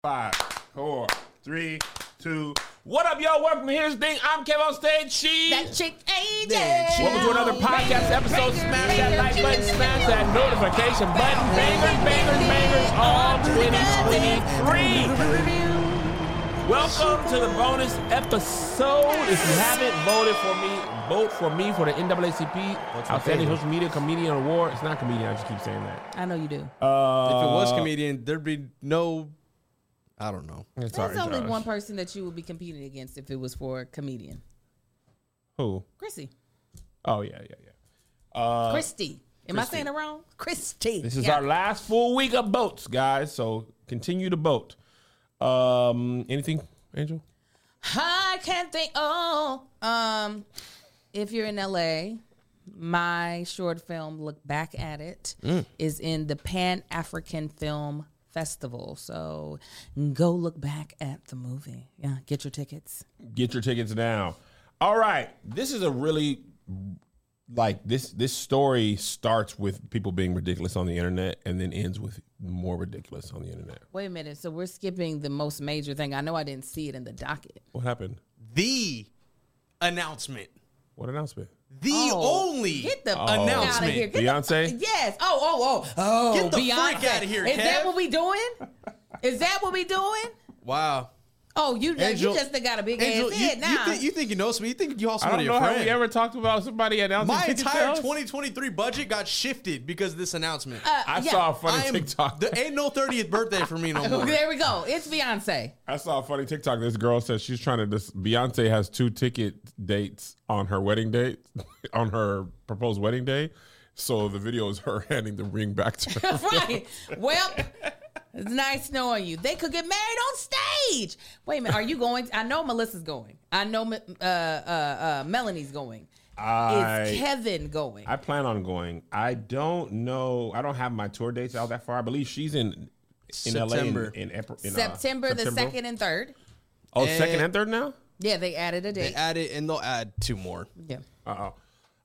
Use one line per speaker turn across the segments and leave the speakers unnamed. Five, four, three, two. What up, y'all? Welcome to Here's the Thing. I'm Kev on stage. She.
That chick AJ.
Welcome to another podcast episode. Smash that like button, smash that notification button. Bangers, bangers, bangers, all 2023. Welcome to the bonus episode. If you haven't voted for me, vote for me for the NAACP
What's my
Outstanding
favorite?
Social Media Comedian Award. It's not comedian, I just keep saying that.
I know you do.
Uh,
If it was comedian, there'd be no. I don't know.
There's only one person that you would be competing against if it was for a comedian.
Who?
Chrissy.
Oh, yeah, yeah, yeah. Uh,
Christy. Am I saying it wrong? Christy.
This is
Yeah.
our last full week of boats, guys. So continue to boat. Um, anything, Angel?
I can't think. Oh, um, if you're in LA, my short film "Look Back at It"
Mm.
is in the Pan African Film Festival. So go look back at the movie. Yeah, get your tickets.
Get your tickets now. All right, this is a really like this. This story starts with people being ridiculous on the internet, and then ends with more ridiculous on the internet.
Wait a minute. So we're skipping the most major thing. I know I didn't see it in the docket.
What happened?
The announcement.
What announcement?
The
Oh,
only
Get the
announcement.
out of here. Get
Beyonce?
The, yes. Oh, oh, oh. Oh,
Get the
Beyonce.
freak outta here,
Is that
Kev.
what we doing? Is that what we doing?
Wow.
Oh, you,
Angel-
you just done got a big
Angel,
ass
you,
head
you,
now.
think, you think you know something? You think you also
I
know
don't know
your
how
friend?
we ever talked about somebody announcing
My
ticket
entire
sales.
2023 budget got shifted because of this announcement.
Uh,
I
yeah.
saw a funny
I am,
TikTok.
There ain't no 30th birthday for me no more.
There we go. It's Beyonce.
I saw a funny TikTok. This girl says she's trying to. Dis- Beyonce has two ticket dates on her wedding date, on her proposed wedding day. So the video is her handing the ring back to her.
right. Well, it's nice knowing you. They could get married on stage. Wait a minute. Are you going? I know Melissa's going. I know uh, uh, uh, Melanie's going. Is
I
Kevin going?
I plan on going. I don't know. I don't have my tour dates out that far. I believe she's in in
September.
LA in, in, Ep- in, uh,
September the
September.
second and third.
Oh,
Eh.
second and third now.
Yeah, they added a
They
date.
add it and they'll add two more.
yeah.
Uh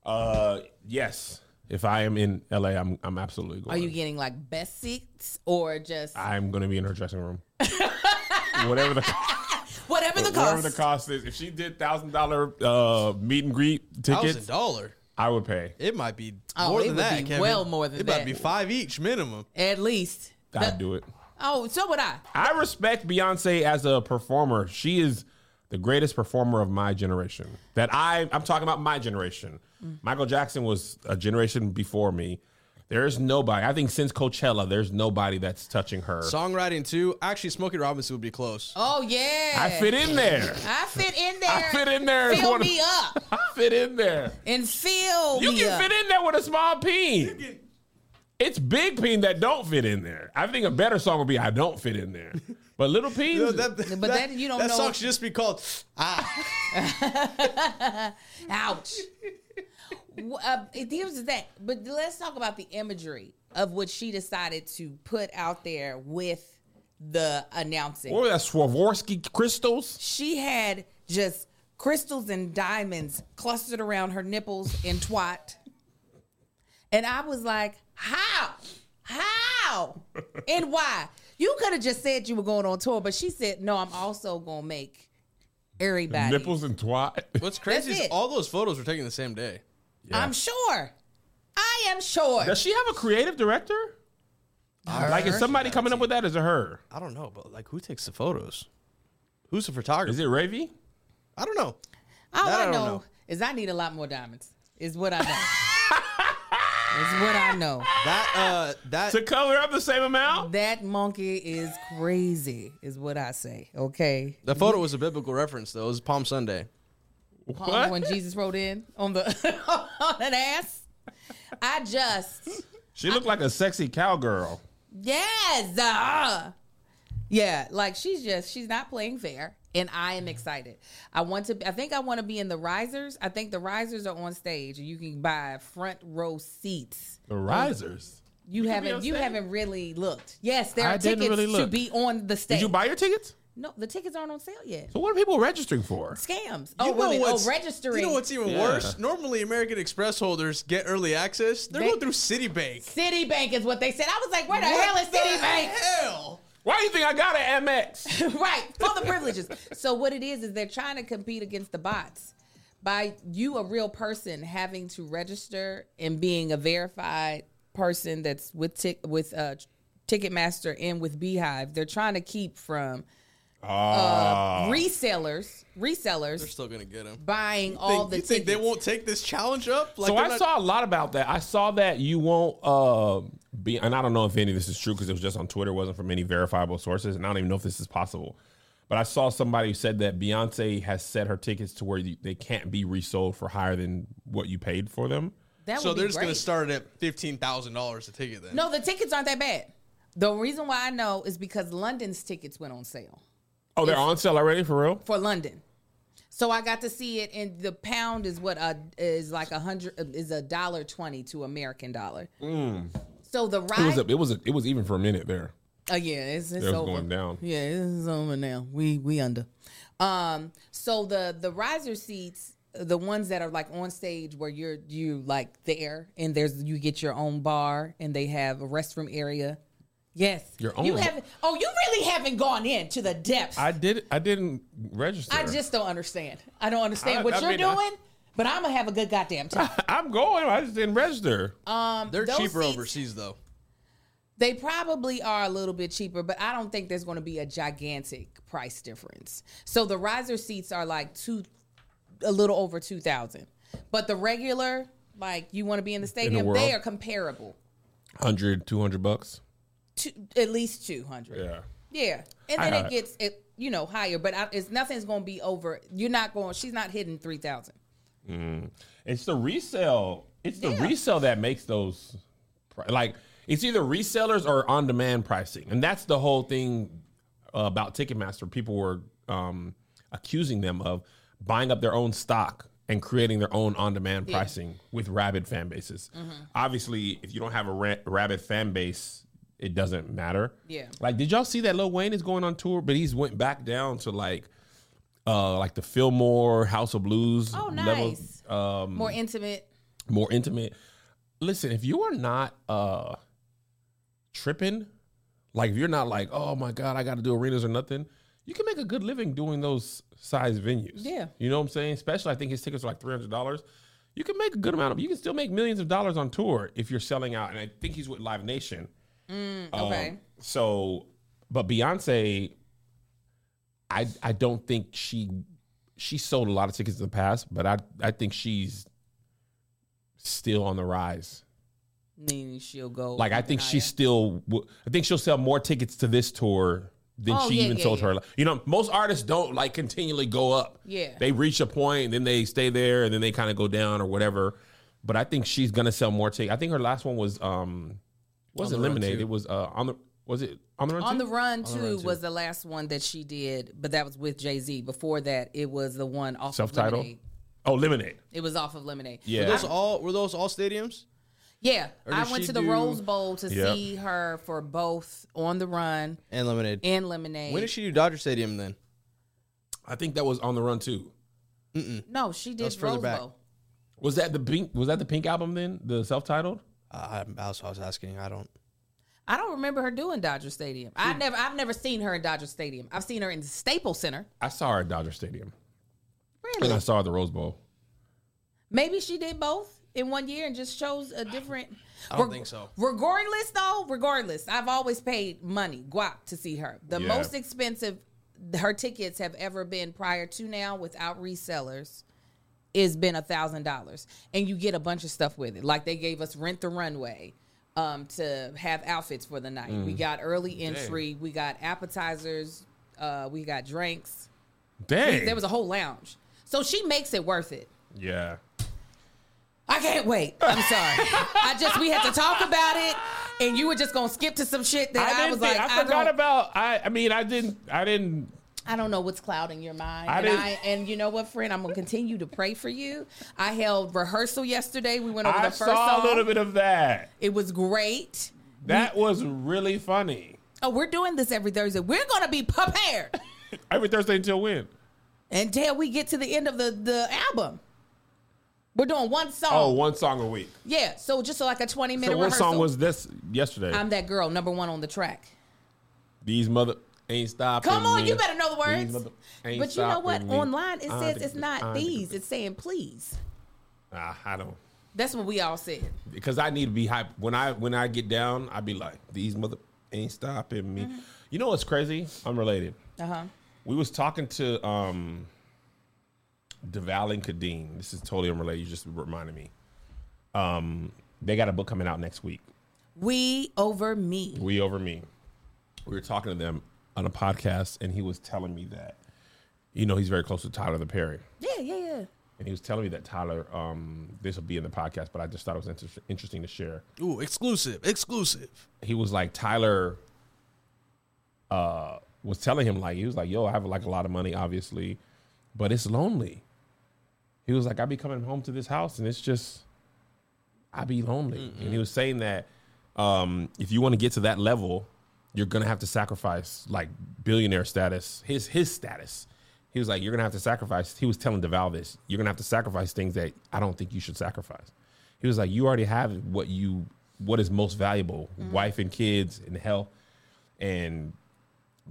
oh. Uh yes. If I am in LA, I'm I'm absolutely going.
Are you getting like best seats or just
I'm going to be in her dressing room. Whatever the.
whatever the
Whatever
cost?
the cost is. If she did thousand dollar uh meet and greet
Thousand
tickets,
dollar.
I would pay.
It might be
Oh,
more
it
than
would
that.
be
Kevin.
well more than
it might
that.
be five each minimum.
At least.
I'd do it.
Oh, so would I.
I respect Beyonce as a performer. She is the greatest performer of my generation. That I I'm talking about my generation.
Mm.
Michael Jackson was a generation before me. There is nobody. I think since Coachella, there's nobody that's touching her.
Songwriting too. Actually, Smokey Robinson would be close.
Oh yeah.
I fit in there.
I fit in there.
I fit in there as
Fill
one of-
me up
I fit in there.
and fill
You
me
can
up.
fit in there with a small peen. It's big peen that don't fit in there. I think a better song would be I don't fit in there. But little peen,
No, that, but
that you don't
that
know-
song should just be called ah
Ouch. W- uh, it deals with that. But let's talk about the imagery of what she decided to put out there with the announcing.
what was that Swarovski crystals?
she had just crystals and diamonds clustered around her nipples and twat. And I was like, how? How? and why? You could have just said you were going on tour, but she said, no, I'm also going to make everybody.
Nipples and twat.
what's crazy
That's
is
it.
all those photos were taken the same day
I'm sure. I am sure.
Does she have a creative director? Like is somebody coming up with that? Is it her?
i don't know but like who takes the photos who's the photographer
Is it Ravi?
i don't know
All
That
I,
I
know,
don't know.
is I need a lot more diamonds. Is what I know. is what I know.
that uh that
To cover up the same amount?
That monkey is crazy. Is what I say. Okay.
the photo was a biblical reference though it was palm sunday
on
What?
Um, when Jesus rode in on the on an ass. I just
She looked like a sexy cowgirl.
yes, uh, yeah. Like she's just she's not playing fair, and I am excited. I want to. I think I want to be in the risers. I think the risers are on stage, and you can buy front row seats.
The risers.
You,
can be on
haven't you
stage.
haven't really looked. Yes, there
I
are
didn't
tickets
really
to
look.
be on the stage.
Did you buy your tickets?
No, the tickets aren't on sale yet.
So what are people registering for?
Scams.
You
oh,
know
women.
what's-
Oh, registering.
you know what's even
Yeah.
worse normally american express holders get early access they're
They-
going through citibank
Citibank is what they said. I was like, where the hell is
What the
Citibank?
hell
Why do you think I got an MX?
right for the privileges so what it is is they're trying to compete against the bots by you a real person having to register and being a verified person that's with tick with uh ticketmaster and with beehive they're trying to keep from
Ah.
uh, resellers
They're
resellers
still gonna get him.
buying
Think-
all the
you think they
tickets.
won't take this challenge up? Like
So
they're
I
not-
saw a lot about that. I saw that you won't uh, be, and I don't know if any of this is true because it was just on Twitter, it wasn't from any verifiable sources, and I don't even know if this is possible. But I saw somebody who said that Beyonce has set her tickets to where you, they can't be resold for higher than what you paid for them.
that
So
would be
they're just gonna
great.
start at fifteen thousand dollars a ticket then.
no the tickets aren't that bad the reason why i know is because london's tickets went on sale
Oh, they're on sale already for real.
for London. So I got to see it, and the pound is what uh, is like a hundred is a dollar twenty to American dollar. So the
It was
ride,
a, it was a, it was even for a minute there.
oh yeah, it's, it's
It was
over.
going down.
Yeah, it's over now. We we under. Um, so the the riser seats, the ones that are like on stage where you're you like there, and there's you get your own bar, and they have a restroom area. Yes,
Your
You
own-
haven't. Oh, you really haven't gone into the depths.
I did. I didn't register.
I just don't understand. I don't understand
I-
what
I
you're
mean,
doing,
I-
but I'm gonna have a good goddamn time.
I'm going. I just didn't register.
they're
those
cheaper
seats-
overseas though.
they probably are a little bit cheaper, but I don't think there's gonna be a gigantic price difference. So the riser seats are like two, a little over two thousand, but the regular, like you want to be in the stadium,
world?
they are comparable.
100, 200 bucks.
To, at least two hundred.
Yeah.
Yeah, and
I
then
got
it
it.
gets it, you know, higher. But I, it's nothing's gonna be over. You're not going. She's not hitting three thousand.
It's the resale. It's the
Yeah.
resale that makes those. pri- Like it's either resellers or on-demand pricing, and that's the whole thing uh, about Ticketmaster. People were um, accusing them of buying up their own stock and creating their own on-demand pricing with rabid fan bases.
Mm-hmm.
Obviously, if you don't have a ra- rabid fan base, it doesn't matter.
Yeah.
Like, did y'all see that Lil Wayne is going on tour, but he's went back down to like. Uh, like the Fillmore House of Blues
Oh,
level- um,
nice. More intimate.
more intimate. Listen, if you are not uh tripping, like if you're not like, oh my god, I got to do arenas or nothing, you can make a good living doing those size venues.
Yeah.
you know what I'm saying. Especially, I think his tickets are like three hundred dollars. You can make a good amount of. You can still make millions of dollars on tour if you're selling out. And I think he's with Live Nation. Um,
Okay.
so, but Beyonce, I I don't think she she sold a lot of tickets in the past, but I I think she's still on the rise.
meaning she'll go.
Like I think
even
she
higher.
still w- I think she'll sell more tickets to this tour than
Oh,
she
yeah,
even
yeah,
sold
yeah.
her. You know, most artists don't like continually go up.
Yeah.
They reach a point, then they stay there, and then they kind of go down or whatever. But I think she's gonna sell more tickets. I think her last one was um
the
wasn't
Run
eliminated.
Two.
It was uh on the was it on the run Two?
on the run too was the last one that she did, but that was with Jay Z. Before that, it was the one off
Self-titled?
of Lemonade.
Oh, Lemonade.
It was off of Lemonade.
Yeah.
Those all were those all stadiums?
yeah. I
did
went
she
to the
do-
Rose Bowl to
Yep.
see her for both on the run
And lemonade.
and Lemonade.
when did she do Dodger Stadium then?
I think that was on the run too.
no, she did
was further
Rose
back.
Bowl.
Was that the pink? Was that the pink album then? The self-titled?
Uh, I, I, was, I was asking. I don't.
I don't remember her doing Dodger Stadium. I never, I've never seen her in Dodger Stadium. I've seen her in Staples Center.
I saw her at Dodger Stadium, and I
Really?
saw her at the Rose Bowl.
Maybe she did both in one year and just chose a different.
I don't think so.
Regardless, though, regardless, I've always paid money, guap, to see her. The
Yeah.
most expensive her tickets have ever been prior to now without resellers is been a thousand dollars, and you get a bunch of stuff with it. Like they gave us rent the runway. Um, to have outfits for the night, we got early entry, we got appetizers, uh, we got drinks.
Dang,
There was a whole lounge, so she makes it worth it.
yeah.
I can't wait. I'm sorry. I just we had to talk about it, and you were just gonna skip to some shit that I,
I, didn't
was
think,
like,
I forgot
don't,
about. I I mean, I didn't. I didn't.
I don't know what's clouding your mind.
I
and
didn't-
I and you know what, friend, I'm gonna continue to pray for you. I held rehearsal yesterday. We went over
I
the first
saw
song.
a little bit of that.
It was great.
That was really funny.
Oh, we're doing this every Thursday. We're gonna be prepared
Every Thursday until when?
until we get to the end of the the album. We're doing one song.
Oh, one song a week.
Yeah. So just like a 20 minute
So what
rehearsal.
song was this yesterday?
I'm that girl, number one on the track.
These mother ain't stopping.
Come on,
me.
you better know the words.
These mother ain't
but you know what?
stopping me.
Online it
I
says
think-
it's not
I think-
these. It's saying please.
Ah, I don't.
That's what we all said.
because I need to be hype. When I when I get down, I be like, these mother ain't stopping me. You know what's crazy? I'm related.
Uh huh.
We was talking to um Deval and Kadeem. This is totally unrelated. You just reminded me. Um, they got a book coming out next week.
We over me.
We over me. We were talking to them on a podcast, and he was telling me that, you know, he's very close to Tyler the Perry.
Yeah, yeah, yeah.
And he was telling me that Tyler, um, this will be in the podcast, but I just thought it was inter- interesting to share.
Ooh, exclusive, exclusive.
he was like Tyler uh was telling him like he was like, yo, I have like a lot of money, obviously, but it's lonely. He was like, I be coming home to this house and it's just I be lonely. And he was saying that um if you want to get to that level, you're gonna have to sacrifice like billionaire status, his his status. He was like, You're gonna have to sacrifice. He was telling DeVal this, you're gonna have to sacrifice things that I don't think you should sacrifice. He was like, You already have what you what is most valuable, wife and kids and health. And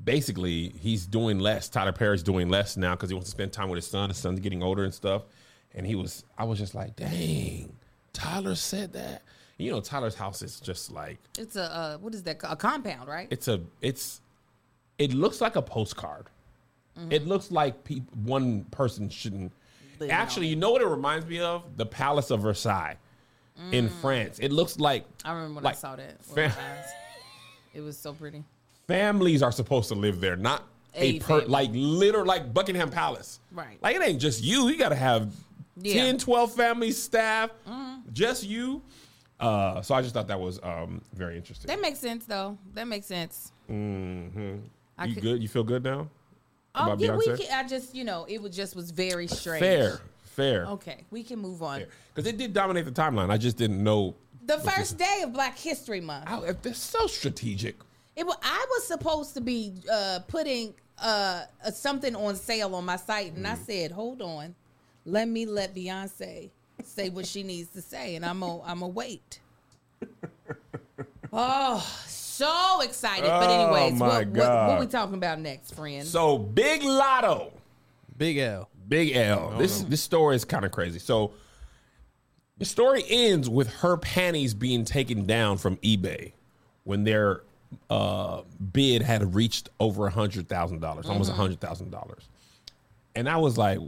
basically he's doing less. Tyler Perry's doing less now because he wants to spend time with his son. His son's getting older and stuff. And he was, I was just like, dang, Tyler said that. You know, Tyler's house is just like
It's a uh, what is that? A compound, right?
it's a it's it looks like a postcard. It looks like peop one person shouldn't.
Live
Actually, you know what it reminds me of? The Palace of Versailles in France. It looks like
I remember when I
like,
saw that. with
fam-
my eyes. It was so pretty.
families are supposed to live there, not a,
A
per
family.
like literal like Buckingham Palace.
Right.
Like it ain't just you. You gotta have
Yeah. Mm-hmm.
10, 12 families, staff, just you. Uh, so I just thought that was um, very interesting.
That makes sense, though. That makes sense. I
you
could-
good? You feel good now?
Oh
About
yeah, we.
Beyonce?
Can, I just you know it was just was very strange.
Fair, fair.
Okay, we can move on.
Because it did dominate the timeline. I just didn't know.
The first day of Black History Month.
Ow, if they're so strategic.
It wa I was supposed to be uh, putting uh, uh, something on sale on my site, and I
Mm.
said, "Hold on, let me let Beyonce say what she needs to say, and I'm a I'm a wait." oh, so excited! But
Oh,
anyways,
my
what, what, what
God.
we talking about next, friend?
So Big Lotto.
Big L.
Big L. This this story is kind of crazy. So the story ends with her panties being taken down from eBay when their uh, bid had reached over a hundred thousand dollars, almost a hundred thousand dollars. And I was like,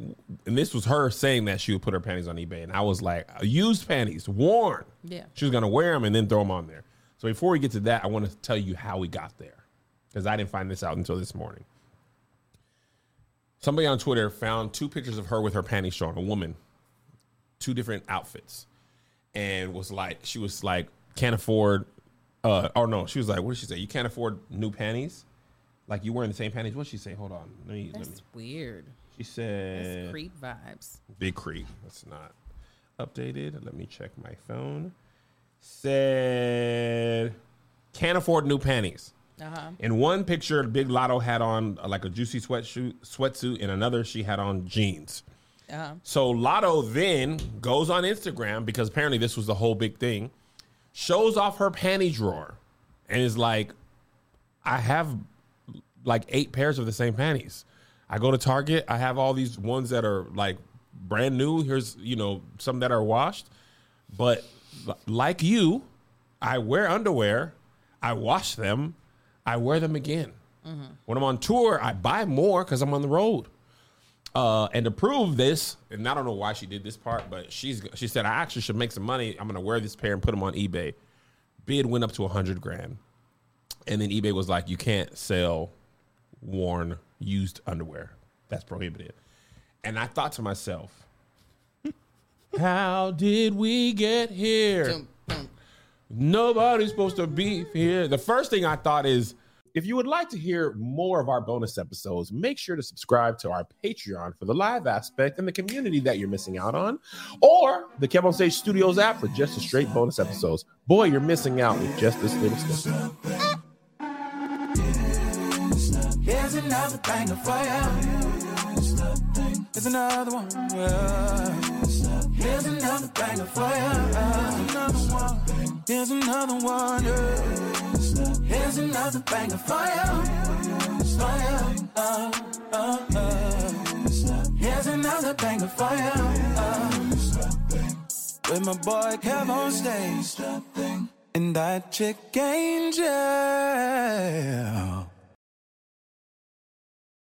and this was her saying that she would put her panties on eBay. And I was like, used panties, worn.
Yeah.
She was gonna wear them and then throw them on there. So before we get to that, I want to tell you how we got there because I didn't find this out until this morning. Somebody on Twitter found two pictures of her with her panties showing, a woman, two different outfits, and was like, she was like, can't afford, uh, or no, she was like, what did she say? You can't afford new panties? Like you wearing the same panties? What'd she say? Hold on. Let me, let me.
That's weird.
She
That's
said,
creep vibes.
Big Creek. That's not updated. Let me check my phone. Said can't afford new panties.
Uh huh.
In one picture, Big Lotto had on uh, like a juicy sweatsuit, sweatsuit. In another, she had on jeans.
Uh huh.
So Lotto then goes on Instagram because apparently this was the whole big thing. Shows off her panty drawer and is like, I have like eight pairs of the same panties. I go to Target, I have all these ones that are like brand new. Here's, you know, some that are washed. But l- like you, I wear underwear, I wash them, I wear them again. When I'm on tour, I buy more because I'm on the road. Uh, and to prove this, and I don't know why she did this part, but she's she said I actually should make some money. I'm gonna wear this pair and put them on eBay. Bid went up to a hundred grand, and then eBay was like, you can't sell worn used underwear. That's prohibited. And I thought to myself, how did we get here? Nobody's supposed to be here. The first thing I thought is if you would like to hear more of our bonus episodes, make sure to subscribe to our Patreon for the live aspect and the community that you're missing out on, or the Kev on Stage Studios app for just the straight bonus episodes. Boy, you're missing out with just this little stuff.
Here's another thing for you. Here's another one. yeah. Here's another thing for you. Here's another one. yeah. There's another banger for you. For you. Oh, oh, oh. Here's another banger for you. Oh. With my boy Kev on stage. And that chick Angel.